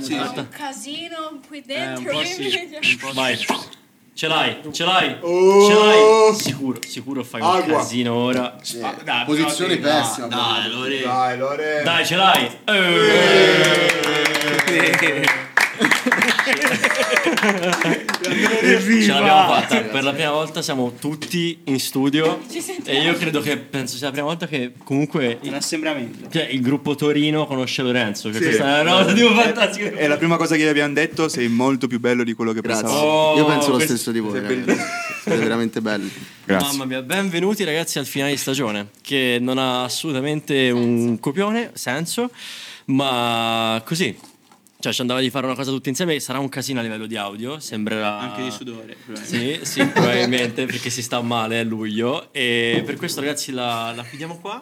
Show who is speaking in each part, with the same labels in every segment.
Speaker 1: spezzato.
Speaker 2: casino qui
Speaker 3: Eh, un
Speaker 2: dentro.
Speaker 3: po'
Speaker 2: io
Speaker 3: sì.
Speaker 2: mi-
Speaker 3: Un po' sì.
Speaker 1: esatto. Vai. Ce l'hai, ce l'hai,
Speaker 4: Oh!
Speaker 1: ce l'hai. Sicuro, sicuro fai un
Speaker 4: Agua.
Speaker 1: casino ora.
Speaker 4: Sì.
Speaker 3: Ah, dai,
Speaker 4: Posizione
Speaker 3: però-
Speaker 4: pessima.
Speaker 3: dai,
Speaker 4: proprio.
Speaker 3: Lore.
Speaker 4: Dai, Lore.
Speaker 1: Dai, ce l'hai. Eh. Ce l'abbiamo fatta. Per la prima volta siamo tutti in studio.
Speaker 2: Ci sentiamo.
Speaker 1: E io credo che penso sia la prima volta che comunque
Speaker 3: Un assembramento.
Speaker 1: cioè, il gruppo Torino conosce Lorenzo. Cioè, Questa è una roba tipo fantastica.
Speaker 5: È la prima cosa che gli abbiamo detto, sei molto più bello di quello che
Speaker 6: Grazie.
Speaker 5: pensavo.
Speaker 1: Oh,
Speaker 6: Io penso lo
Speaker 1: questo-
Speaker 6: stesso di voi, ragazzi. Siete veramente belli.
Speaker 1: Mamma mia, benvenuti ragazzi al finale di stagione che non ha assolutamente un copione, senso, ma così. Cioè ci andava di fare una cosa tutti insieme, sarà un casino a livello di audio, sembrerà...
Speaker 3: Anche di sudore. probabilmente.
Speaker 1: Sì, sì, probabilmente perché si sta male a luglio e per questo ragazzi la, la chiudiamo qua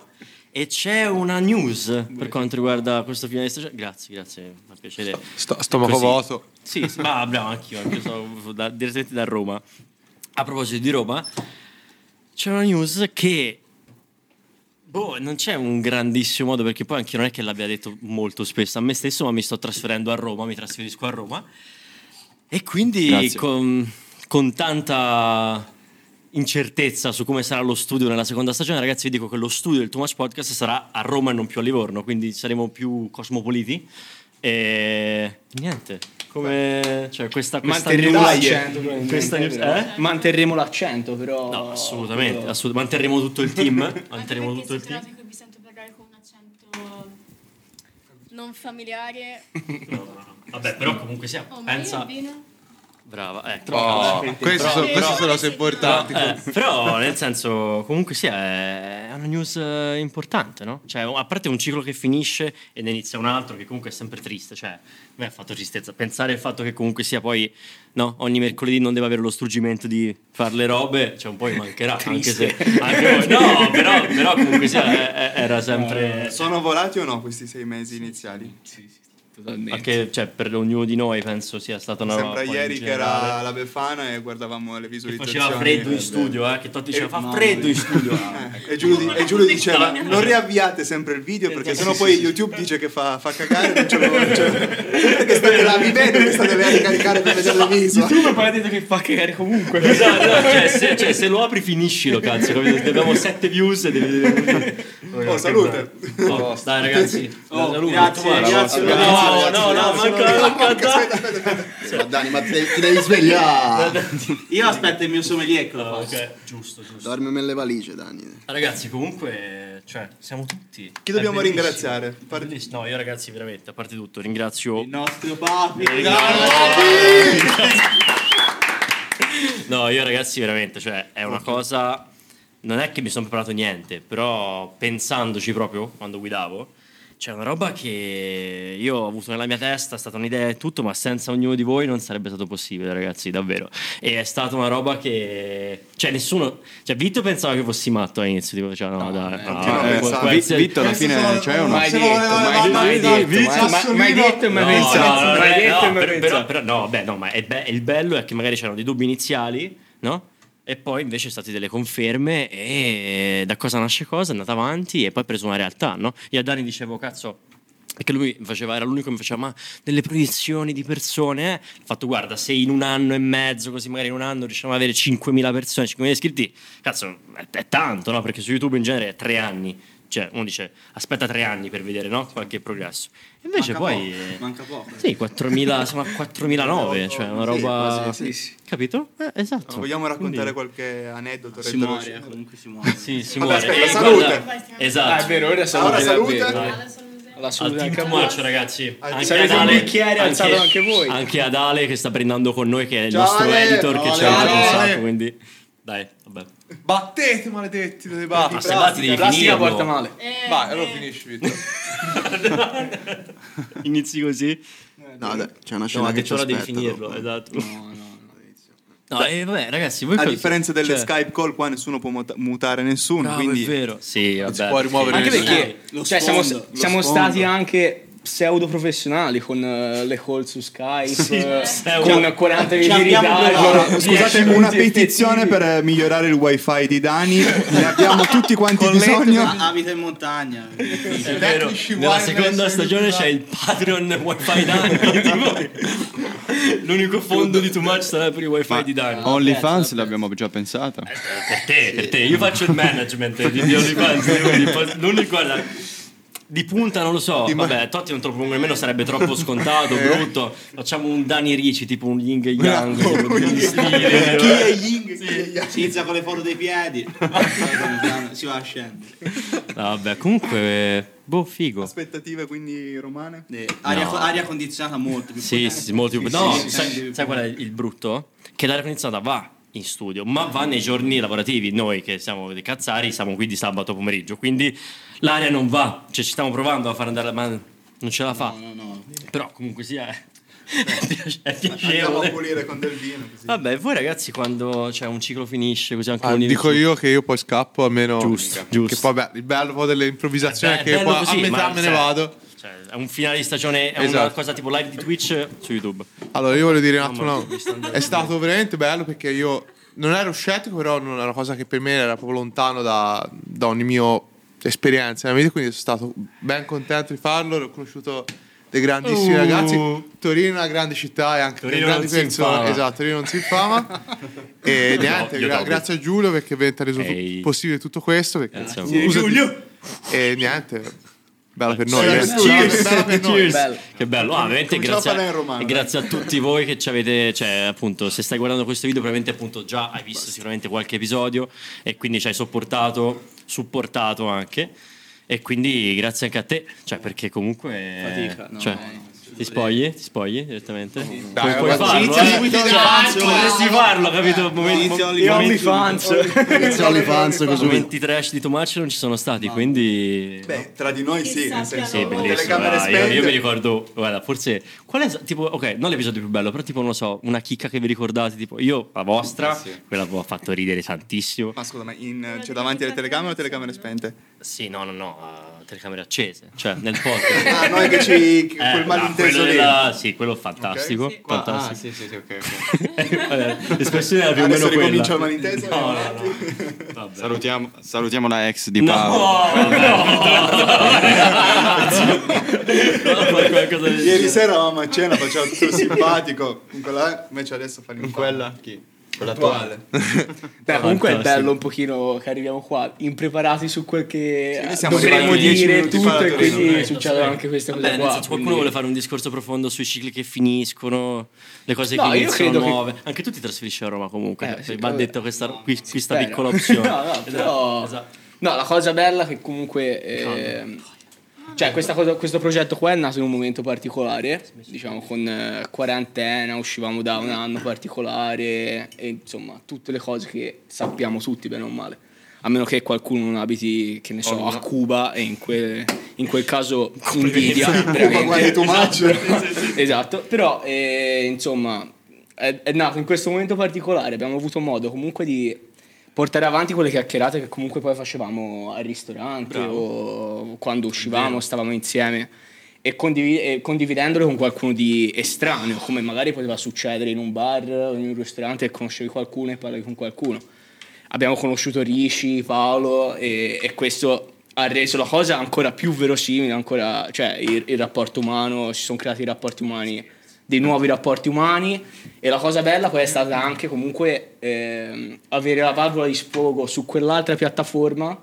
Speaker 1: e c'è una news per quanto riguarda questo finale di stagione. Grazie, grazie, mi fa piacere.
Speaker 7: Sto- stomaco
Speaker 1: Così.
Speaker 7: vuoto.
Speaker 1: Sì, sì, ma bravo, anch'io, anch'io sono da- direttamente da Roma. A proposito di Roma, c'è una news che... Boh, non c'è un grandissimo modo perché poi anche non è che l'abbia detto molto spesso a me stesso, ma mi sto trasferendo a Roma, mi trasferisco a Roma. E quindi
Speaker 5: Grazie.
Speaker 1: con, con tanta incertezza su come sarà lo studio nella seconda stagione, ragazzi, vi dico che lo studio del Thomas Podcast sarà a Roma e non più a Livorno, quindi saremo più cosmopoliti. E niente, come cioè questa, questa
Speaker 3: Manterremo
Speaker 1: news-
Speaker 3: l'accento,
Speaker 1: questa news- eh?
Speaker 3: Manterremo l'accento, però.
Speaker 2: Oh,
Speaker 1: No, assolutamente, assolut- manterremo tutto il team, manterremo tutto il team.
Speaker 2: trafico mi sento parlare con un accento non familiare.
Speaker 1: Vabbè, però comunque sia,
Speaker 2: Oh, ma io
Speaker 1: pensa
Speaker 2: il vino?
Speaker 1: Brava, ecco.
Speaker 7: Oh, questi sono,
Speaker 2: Però-
Speaker 7: questi sono cose
Speaker 2: Però-
Speaker 7: importanti.
Speaker 1: Eh, però nel senso comunque sia è è una news eh, importante no? cioè a parte un ciclo che finisce e ne inizia un altro che comunque è sempre triste cioè mi ha fatto tristezza pensare al fatto che comunque sia poi no, ogni mercoledì non deve avere lo struggimento di fare le robe cioè un po' mi mancherà anche se anche voi- no però, però comunque sia eh, eh, era sempre
Speaker 5: Sono volati o no questi sei mesi iniziali?
Speaker 1: anche cioè, per ognuno di noi penso sia stata una
Speaker 5: Sembra
Speaker 1: poi, in
Speaker 5: ieri che
Speaker 1: generale.
Speaker 5: era la Befana e guardavamo le visualizzazioni.
Speaker 1: faceva freddo in studio eh, che Totti diceva fa freddo in studio
Speaker 5: Eh, E Giulio, e Giulio diceva non riavviate sempre il video perché sennò poi YouTube dice che fa, fa cagare non ce lo cioè, perché state là vivendo che state là a ricaricare per vedere le viso
Speaker 3: YouTube poi ha detto che fa cagare comunque.
Speaker 1: Esatto, cioè, se, cioè, se lo apri finiscilo, cazzo. capito? Abbiamo 7 views e devi...
Speaker 5: oh salute
Speaker 1: Oh, dai ragazzi.
Speaker 3: Oh,
Speaker 1: saluto.
Speaker 3: grazie, grazie,
Speaker 1: No,
Speaker 3: ragazzi,
Speaker 1: no, no,
Speaker 3: grazie,
Speaker 1: manca- manca-
Speaker 6: Ma Dani, ma ti devi, ti devi svegliare.
Speaker 3: Io aspetto il mio sommelier che lo faccio.
Speaker 1: Ok, Giusto, giusto.
Speaker 6: Dormi nelle valigie, Dani.
Speaker 1: Ragazzi, comunque, cioè, siamo tutti.
Speaker 5: Chi dobbiamo
Speaker 1: È bellissimo.
Speaker 5: ringraziare?
Speaker 1: È bellissimo. No, io ragazzi, veramente, a parte tutto, ringrazio
Speaker 3: Il nostro papi.
Speaker 1: No, io ragazzi veramente, cioè è una cosa... Non è che mi sono preparato niente, però pensandoci proprio quando guidavo, c'è una roba che io ho avuto nella mia testa, è stata un'idea e tutto, ma senza ognuno di voi non sarebbe stato possibile, ragazzi, davvero. E è stata una roba che... Cioè nessuno... Cioè Vito pensava che fossi matto all'inizio, tipo, cioè no, dai, no,
Speaker 3: Ah,
Speaker 5: non
Speaker 1: eh,
Speaker 5: pensavo.
Speaker 1: questa-
Speaker 5: Vitto,
Speaker 4: alla fine c'è o no?
Speaker 3: Mai detto,
Speaker 4: Mai
Speaker 3: mai, mai
Speaker 4: detto,
Speaker 3: detto,
Speaker 4: mai-
Speaker 3: mai- mai detto e mai
Speaker 1: No,
Speaker 3: pensato.
Speaker 1: no, no,
Speaker 3: Mai
Speaker 1: eh,
Speaker 3: detto e
Speaker 1: no,
Speaker 3: mai
Speaker 1: per- però,
Speaker 3: pensato.
Speaker 1: però- no, beh, no, ma è be- il bello è che magari c'erano dei dubbi iniziali, no? E poi invece sono state delle conferme e eh, da cosa nasce cosa, è andata avanti e poi ha preso una realtà, no? Io a Dani dicevo, cazzo, perché lui faceva, era l'unico che mi faceva, ma delle proiezioni di persone, eh? Ho fatto, guarda, se in un anno e mezzo, così magari in un anno riusciamo ad avere 5.000 persone, 5.000 iscritti, cazzo, è, è tanto, no? Perché su YouTube in genere è tre anni. Cioè, uno dice, aspetta tre anni per vedere, no? Qualche progresso. Invece
Speaker 3: Manca
Speaker 1: poi...
Speaker 3: poco, Manca poco.
Speaker 1: Sì, 4000, siamo a 4009, cioè una roba...
Speaker 6: quasi, sì,
Speaker 1: Capito? Eh, esatto.
Speaker 5: vogliamo raccontare
Speaker 1: Quindi-
Speaker 5: qualche aneddoto
Speaker 3: Si
Speaker 5: retro-
Speaker 3: muore,
Speaker 1: ecco.
Speaker 3: comunque si muore.
Speaker 1: Sì, si
Speaker 5: Vabbè,
Speaker 1: muore.
Speaker 5: aspetta,
Speaker 1: Eh,
Speaker 5: salute.
Speaker 1: guarda, Esatto.
Speaker 3: Ah, è vero, ora siamo
Speaker 5: Allora, salute.
Speaker 3: davvero.
Speaker 2: Alla salute.
Speaker 3: Alla
Speaker 1: Al
Speaker 3: salute
Speaker 1: team
Speaker 3: anche a voi.
Speaker 1: Camaccio, ragazzi. Anche
Speaker 3: Se avete
Speaker 1: ad
Speaker 3: un
Speaker 1: Ale-
Speaker 3: bicchiere, alzatelo anche voi.
Speaker 1: Anche ad Ale che sta prendendo con noi, che è il
Speaker 5: Ciao,
Speaker 1: nostro
Speaker 5: Ale.
Speaker 1: editor, che
Speaker 5: Ciao,
Speaker 1: ci ha aiutato un
Speaker 5: Ale.
Speaker 1: sacco, quindi... Dai, vabbè.
Speaker 4: Battete, maledetti, dove
Speaker 1: Ma
Speaker 4: batti?
Speaker 1: se batti devi
Speaker 3: Plastica
Speaker 1: finirlo.
Speaker 3: porta male.
Speaker 2: Eh,
Speaker 4: Vai,
Speaker 2: eh,
Speaker 4: allora finisci, Vitto.
Speaker 1: Inizi così.
Speaker 6: No, dai, c'è una
Speaker 1: No,
Speaker 6: scena
Speaker 1: ha
Speaker 6: che
Speaker 1: detto
Speaker 6: ci
Speaker 1: ora devi
Speaker 6: aspetta.
Speaker 1: finirlo,
Speaker 6: dopo.
Speaker 1: esatto. No, e vabbè, ragazzi, voi
Speaker 5: a
Speaker 1: cosa-
Speaker 5: differenza delle
Speaker 1: cioè-
Speaker 5: Skype call qua nessuno può muta- mutare nessuno
Speaker 1: Bravo, è
Speaker 5: quindi
Speaker 1: vero. Sì, vabbè.
Speaker 4: può rimuovere
Speaker 3: Anche
Speaker 4: Lo
Speaker 3: perché
Speaker 4: sfondo,
Speaker 3: Lo cioè, siamo,
Speaker 4: lo
Speaker 3: siamo
Speaker 4: sfondo.
Speaker 3: stati anche
Speaker 7: pseudo professionali con eh, le call su Skype eh,
Speaker 1: pseudo.
Speaker 7: con 40 minuti di
Speaker 3: abbiamo
Speaker 7: ritardo.
Speaker 3: provato.
Speaker 5: Allora, Eh, scusate, una petizione per eh, migliorare il wifi di Dani, ne abbiamo tutti quanti bisogno.
Speaker 3: Ah, abita in montagna.
Speaker 1: È vero,
Speaker 4: tecnici
Speaker 1: nella
Speaker 4: wireless
Speaker 1: seconda stagione c'è il Patreon Wi-Fi Dani. tipo. L'unico fondo di Too Much sarà per i Wi-Fi di Dani.
Speaker 8: OnlyFans l'abbiamo già pensata.
Speaker 1: Per te, per te. Io faccio il management di, di OnlyFans. quindi po- L'unico è la- Di Eh. punta non lo so, vabbè, Totti non troppo lungo nemmeno sarebbe troppo scontato, brutto. Facciamo un Dani Ricci, tipo un Ying e Yang, tipo di stile.
Speaker 5: Chi è Ying? Chi è Yang?
Speaker 3: Si inizia con le foto dei piedi. si va a scendere.
Speaker 1: Vabbè, comunque, boh, figo.
Speaker 5: Aspettative quindi romane?
Speaker 3: Eh, Aria,
Speaker 1: No.
Speaker 3: aria condizionata molto più
Speaker 1: Sì,
Speaker 3: potente.
Speaker 1: sì, sì, molto più. No,
Speaker 3: sì, sì,
Speaker 1: sai,
Speaker 3: sì.
Speaker 1: sai qual è il brutto? Che l'aria condizionata va in studio, ma va nei giorni lavorativi. Noi che siamo dei cazzari, siamo qui di sabato pomeriggio, quindi l'aria non va. Cioè, ci stiamo provando a far andare, ma non ce la fa.
Speaker 3: No, no, no.
Speaker 1: Però comunque sia è piace- è
Speaker 5: Andiamo a
Speaker 1: piacevole.
Speaker 5: pulire con del vino così.
Speaker 1: Vabbè, voi ragazzi quando cioè, un ciclo finisce così anche
Speaker 9: Ah, dico
Speaker 1: l'università-
Speaker 9: io che io poi scappo almeno
Speaker 1: Giusto,
Speaker 9: che
Speaker 1: giusto.
Speaker 9: poi beh, il bello poi delle improvvisazioni
Speaker 1: Beh,
Speaker 9: è
Speaker 1: è
Speaker 9: che
Speaker 1: bello
Speaker 9: poi
Speaker 1: così,
Speaker 9: a metà
Speaker 1: ma
Speaker 9: me ne
Speaker 1: sai-
Speaker 9: vado
Speaker 1: Cioè, è un finale di stagione, è una
Speaker 9: Esatto.
Speaker 1: cosa tipo live di Twitch eh, su YouTube.
Speaker 9: allora io voglio dire un
Speaker 1: Mamma mia,
Speaker 9: attimo
Speaker 1: mi sta
Speaker 9: no,
Speaker 1: andando
Speaker 9: è stato veramente bello perché io non ero scettico però non era una cosa che per me era proprio lontano da, da ogni mio esperienza nella vita quindi sono stato ben contento di farlo ho conosciuto dei grandissimi
Speaker 1: Uh.
Speaker 9: ragazzi Torino è una grande città e anche
Speaker 1: Torino
Speaker 9: delle grandi
Speaker 1: non si infama.
Speaker 9: persone esatto Torino non si infama e niente
Speaker 1: io
Speaker 9: gra-
Speaker 1: dopo.
Speaker 9: grazie a Giulio perché ovviamente ha reso tu-
Speaker 1: Ehi.
Speaker 9: possibile tutto questo perché
Speaker 1: Grazie a
Speaker 9: Scusa-
Speaker 1: voi.
Speaker 9: E niente, bella per noi.
Speaker 5: Cheers.
Speaker 9: eh. Bella- bella per noi.
Speaker 7: Bello.
Speaker 1: Che bello, ah, veramente
Speaker 5: Cominciamo
Speaker 1: grazie
Speaker 5: a parlare
Speaker 1: a,
Speaker 5: in romano,
Speaker 1: e grazie a tutti voi che ci avete, cioè appunto se stai guardando questo video probabilmente appunto già hai visto sicuramente qualche episodio e quindi ci hai sopportato, supportato anche e quindi grazie anche a te, cioè perché comunque...
Speaker 3: Fatica, no,
Speaker 1: cioè,
Speaker 3: eh,
Speaker 1: Ti spogli? Ti spogli direttamente?
Speaker 9: Dai,
Speaker 1: puoi
Speaker 9: guarda,
Speaker 1: farlo,
Speaker 3: inizia
Speaker 1: eh?
Speaker 3: subito
Speaker 1: Cioè,
Speaker 3: adesso, eh.
Speaker 1: potresti farlo, capito? Momenti,
Speaker 3: Inizia
Speaker 1: momenti-
Speaker 3: Oliver.
Speaker 1: momenti-
Speaker 7: OnlyFans.
Speaker 6: Inizia OnlyFans così.
Speaker 1: momenti trash di Tomaccio non ci sono stati, quindi...
Speaker 5: Beh, tra di noi sì, nel senso,
Speaker 1: Sì,
Speaker 2: Sì,
Speaker 5: con
Speaker 1: bellissimo.
Speaker 5: le telecamere
Speaker 1: guarda, io,
Speaker 5: spente.
Speaker 1: io mi ricordo, guarda, forse qual è tipo, ok, non l'episodio più bello, però tipo non lo so, una chicca che vi ricordate, tipo io la
Speaker 5: Eh,
Speaker 1: vostra, quella che mi ha fatto ridere tantissimo.
Speaker 5: Ma scusa, ma in, c'è davanti alle telecamere o telecamere spente?
Speaker 1: Sì, no, no, no, eh, telecamere accese, cioè nel podcast.
Speaker 5: Ah, noi che ci... che-
Speaker 1: Eh,
Speaker 5: quel
Speaker 1: no,
Speaker 5: malinteso
Speaker 1: quello
Speaker 5: lì.
Speaker 1: della- sì, quello fantastico,
Speaker 2: Sì.
Speaker 5: Qua-
Speaker 1: fantastico.
Speaker 5: ah, sì, sì, sì, ok, ok.
Speaker 1: Vabbè, L'espressione era più o meno
Speaker 5: Adesso
Speaker 1: quella.
Speaker 5: ricomincia il malinteso. eh.
Speaker 1: No, no, no. Vabbè.
Speaker 8: Salutiamo, salutiamo la ex di
Speaker 1: No,
Speaker 8: Paolo.
Speaker 1: no. Fai qualcosa del
Speaker 5: Ieri sera eravamo a cena, faceva tutto simpatico. Con quella, invece adesso fa l'infame.
Speaker 8: chi?
Speaker 5: attuale.
Speaker 7: Beh, comunque è
Speaker 1: Fantastico.
Speaker 7: bello un pochino che arriviamo qua impreparati su quel che
Speaker 5: noi
Speaker 7: eh,
Speaker 5: siamo
Speaker 7: dovremmo
Speaker 5: arrivati dieci
Speaker 7: dire
Speaker 5: minuti fa
Speaker 7: tutto
Speaker 5: da
Speaker 7: e
Speaker 5: Torino,
Speaker 7: quindi
Speaker 5: dai,
Speaker 7: succedono anche queste
Speaker 1: Vabbè,
Speaker 7: cose
Speaker 1: nel
Speaker 7: qua.
Speaker 1: senso, qualcuno vuole fare un discorso profondo sui cicli che finiscono, le cose
Speaker 7: No,
Speaker 1: che
Speaker 7: io
Speaker 1: iniziano
Speaker 7: credo che-
Speaker 1: nuove. Anche tu ti trasferisci a Roma comunque.
Speaker 7: Eh, sì,
Speaker 1: va
Speaker 7: vabbè.
Speaker 1: detto questa, qui- questa
Speaker 7: Spero.
Speaker 1: piccola opzione.
Speaker 7: no, no, però-
Speaker 1: esatto.
Speaker 7: No, la cosa bella è che comunque... ehm, cioè, questa cosa- questo progetto qua è nato in un momento particolare, diciamo con eh, quarantena, uscivamo da un anno particolare e insomma tutte le cose che sappiamo tutti bene o male. A meno che qualcuno non abiti, che ne so, a Cuba e in quel, in quel caso invidia.
Speaker 5: Ma
Speaker 7: veramente.
Speaker 5: guardi tu maggio.
Speaker 7: Esatto, però eh, insomma è, è nato in questo momento particolare, abbiamo avuto modo comunque di portare avanti quelle chiacchierate che comunque poi facevamo al ristorante o quando uscivamo, stavamo insieme e, condivi- e condividendole con qualcuno di estraneo, come magari poteva succedere in un bar o in un ristorante e conoscevi qualcuno e parli con qualcuno. Abbiamo conosciuto Rishi, Paolo e, e questo ha reso la cosa ancora più verosimile, ancora, cioè il, il rapporto umano, si sono creati i rapporti umani, dei nuovi rapporti umani e la cosa bella poi è stata anche comunque ehm, avere la valvola di sfogo su quell'altra piattaforma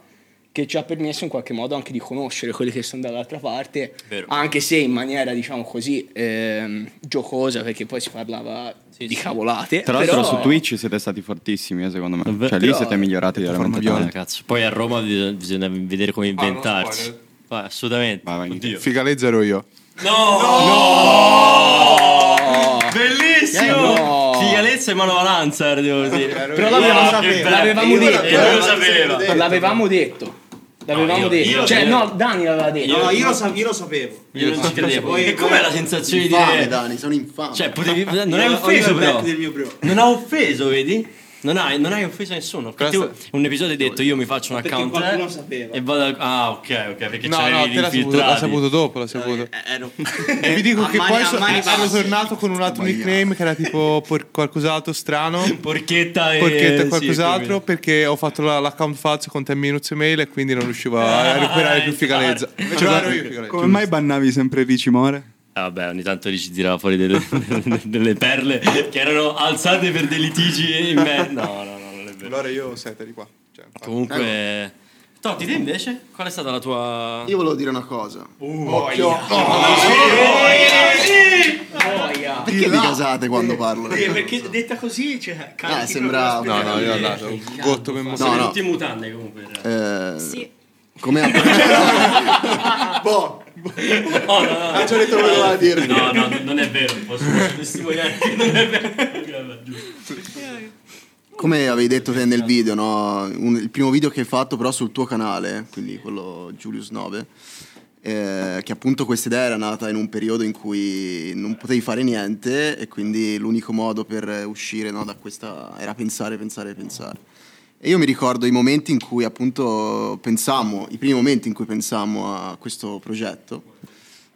Speaker 7: che ci ha permesso in qualche modo anche di conoscere quelli che sono dall'altra parte,
Speaker 1: Vero.
Speaker 7: anche se in maniera diciamo così ehm, giocosa perché poi si parlava di
Speaker 1: sì.
Speaker 7: cavolate.
Speaker 8: Tra l'altro
Speaker 7: però-
Speaker 8: su Twitch siete stati fortissimi, eh, secondo me.
Speaker 1: Vabbè,
Speaker 8: Cioè lì
Speaker 7: però-
Speaker 8: siete migliorati veramente
Speaker 1: Ah,
Speaker 8: tanto.
Speaker 1: cazzo. Poi a Roma bis- bisogna vedere come inventarsi. Ah, assolutamente.
Speaker 8: Vai, vai,
Speaker 1: Oddio.
Speaker 9: Figalezza ero io.
Speaker 1: No! Bellissimo!
Speaker 7: Eh, no!
Speaker 1: Figalezza e manovalanza, devo dire.
Speaker 7: Però l'avevamo,
Speaker 1: Wow, che
Speaker 7: l'avevamo,
Speaker 1: bello.
Speaker 5: Io
Speaker 7: detto,
Speaker 5: l'avevo-
Speaker 1: Eh, lo sapevo.
Speaker 7: l'avevamo- l'avevamo detto. L'avevamo
Speaker 1: No, io-
Speaker 7: detto.
Speaker 1: io-
Speaker 7: cioè,
Speaker 1: io-
Speaker 7: no, Dani l'aveva detto.
Speaker 3: No, io lo, sa- io lo sapevo.
Speaker 1: Io non ci credevo.
Speaker 3: Poi-
Speaker 1: E com'è la sensazione di
Speaker 6: Infame,
Speaker 1: dire...
Speaker 6: Dani, sono infame.
Speaker 1: Cioè, potevi... Non è
Speaker 3: Io- ho il
Speaker 1: offeso,
Speaker 3: back
Speaker 1: però.
Speaker 3: del mio bro.
Speaker 1: Non ha offeso, vedi? Non hai, non hai offeso nessuno. Perché
Speaker 9: Questo-
Speaker 1: tu un episodio hai detto io mi faccio un
Speaker 3: Perché
Speaker 1: account
Speaker 3: qualcuno
Speaker 1: eh,
Speaker 3: sapeva.
Speaker 1: e vado a- Ah, ok, ok, perché
Speaker 9: No,
Speaker 1: c'avevi
Speaker 9: no,
Speaker 1: gli
Speaker 9: te l'ha saputo, l'ha
Speaker 1: infiltrati.
Speaker 9: saputo dopo, l'ha saputo.
Speaker 3: Eh, ero-
Speaker 9: E vi dico
Speaker 3: a
Speaker 9: che
Speaker 3: mani-
Speaker 9: poi
Speaker 3: a
Speaker 9: so-
Speaker 3: mani
Speaker 9: sono
Speaker 3: basse.
Speaker 9: tornato con un altro nickname che era tipo por- qualcos'altro strano.
Speaker 1: Porchetta e
Speaker 9: Porchetta e
Speaker 1: Eh, sì,
Speaker 9: qualcos'altro perché ho fatto la- l'account falso con 10 minutes mail e quindi non riuscivo a
Speaker 3: Eh,
Speaker 9: a recuperare più figalezza. Cioè, Però ero io figalezza.
Speaker 5: Come mai bannavi sempre Ricci More?
Speaker 1: Ah, Vabbè, ogni tanto lì ci tirava fuori delle, delle perle che erano alzate per dei litigi in me. No, no, no, non è vero.
Speaker 5: Allora io ho sette di qua. Cioè,
Speaker 1: Comunque, Totti, te invece? Qual è stata la tua.
Speaker 6: Io volevo dire una cosa. Perché vi casate quando parlo?
Speaker 7: Eh, Perché detta così, cioè,
Speaker 6: Ah,
Speaker 7: cazzo.
Speaker 6: sembra...
Speaker 9: No, no, io ho dato un gotto per mostrare.
Speaker 6: No, no.
Speaker 1: tutti in mutande comunque.
Speaker 6: Eh,
Speaker 2: Sì.
Speaker 6: Come
Speaker 5: Boh,
Speaker 1: Oh, no, no, no.
Speaker 5: ha già Ah, detto quello che voleva dire.
Speaker 1: No, no, no, non è vero, posso testimoniare che non è vero. Giusto.
Speaker 6: Come avevi detto te nel video, no? Un- il primo video che hai fatto però sul tuo canale, quindi quello Julius 9, eh, che appunto questa idea era nata in un periodo in cui non potevi fare niente e quindi l'unico modo per uscire no, da questa era pensare, pensare, pensare. E io mi ricordo i momenti in cui appunto pensammo, i primi momenti in cui pensammo a questo progetto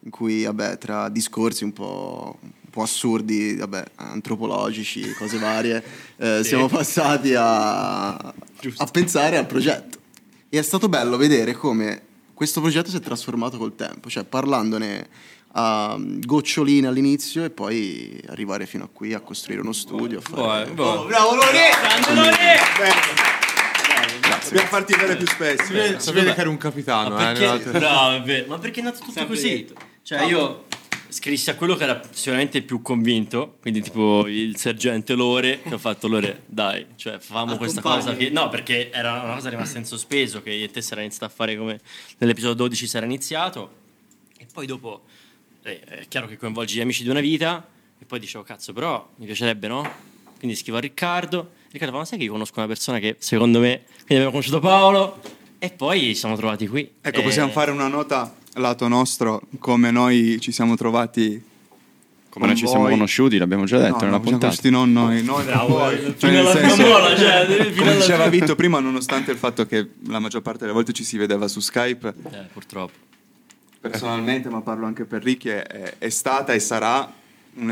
Speaker 6: in cui vabbè, tra discorsi un po', un po' assurdi, vabbè, antropologici, cose varie, eh, siamo passati a, a pensare al progetto. E è stato bello vedere come questo progetto si è trasformato col tempo, cioè parlandone a goccioline all'inizio e poi arrivare fino a qui a costruire uno studio. A
Speaker 1: Boh,
Speaker 6: fare...
Speaker 1: eh,
Speaker 9: Boh,
Speaker 5: Bravo Lore! Dobbiamo farti vedere più spesso.
Speaker 9: Si vede che ero un capitano, eh,
Speaker 1: Perché-
Speaker 9: nell'altra-
Speaker 1: bravo, è vero. Ma perché è nato tutto così? Cioè, io scrissi a quello che era sicuramente più convinto, quindi tipo il sergente Lore, che ho fatto Lore, dai, cioè facciamo questa cosa che... No, perché era una cosa rimasta in sospeso, che io e te sarà iniziato a fare come nell'episodio 12 sarà iniziato, e poi dopo eh, è chiaro che coinvolgi gli amici di una vita, e poi dicevo, cazzo, però mi piacerebbe, no? Quindi scrivo a Riccardo, Riccardo fa, ma sai che io conosco una persona che secondo me... Quindi abbiamo conosciuto Paolo, e poi ci siamo trovati qui.
Speaker 5: Ecco,
Speaker 1: Eh,
Speaker 5: possiamo fare una nota lato nostro, come noi ci siamo trovati.
Speaker 8: Come non ci siamo
Speaker 5: voi.
Speaker 8: conosciuti, l'abbiamo già detto
Speaker 5: no,
Speaker 8: nella
Speaker 5: no, siamo
Speaker 8: Eh, puntata.
Speaker 5: questi non noi, noi non
Speaker 1: Bravo,
Speaker 5: voi.
Speaker 1: eh,
Speaker 5: Cioè,
Speaker 1: fino
Speaker 5: nel
Speaker 1: alla
Speaker 5: senso-
Speaker 1: scuola, cioè, fino
Speaker 5: Come
Speaker 1: alla
Speaker 5: diceva Vitto prima, nonostante il fatto che la maggior parte delle volte ci si vedeva su Skype,
Speaker 1: Eh, purtroppo.
Speaker 5: personalmente, ma parlo anche per Ricky, è, è stata e sarà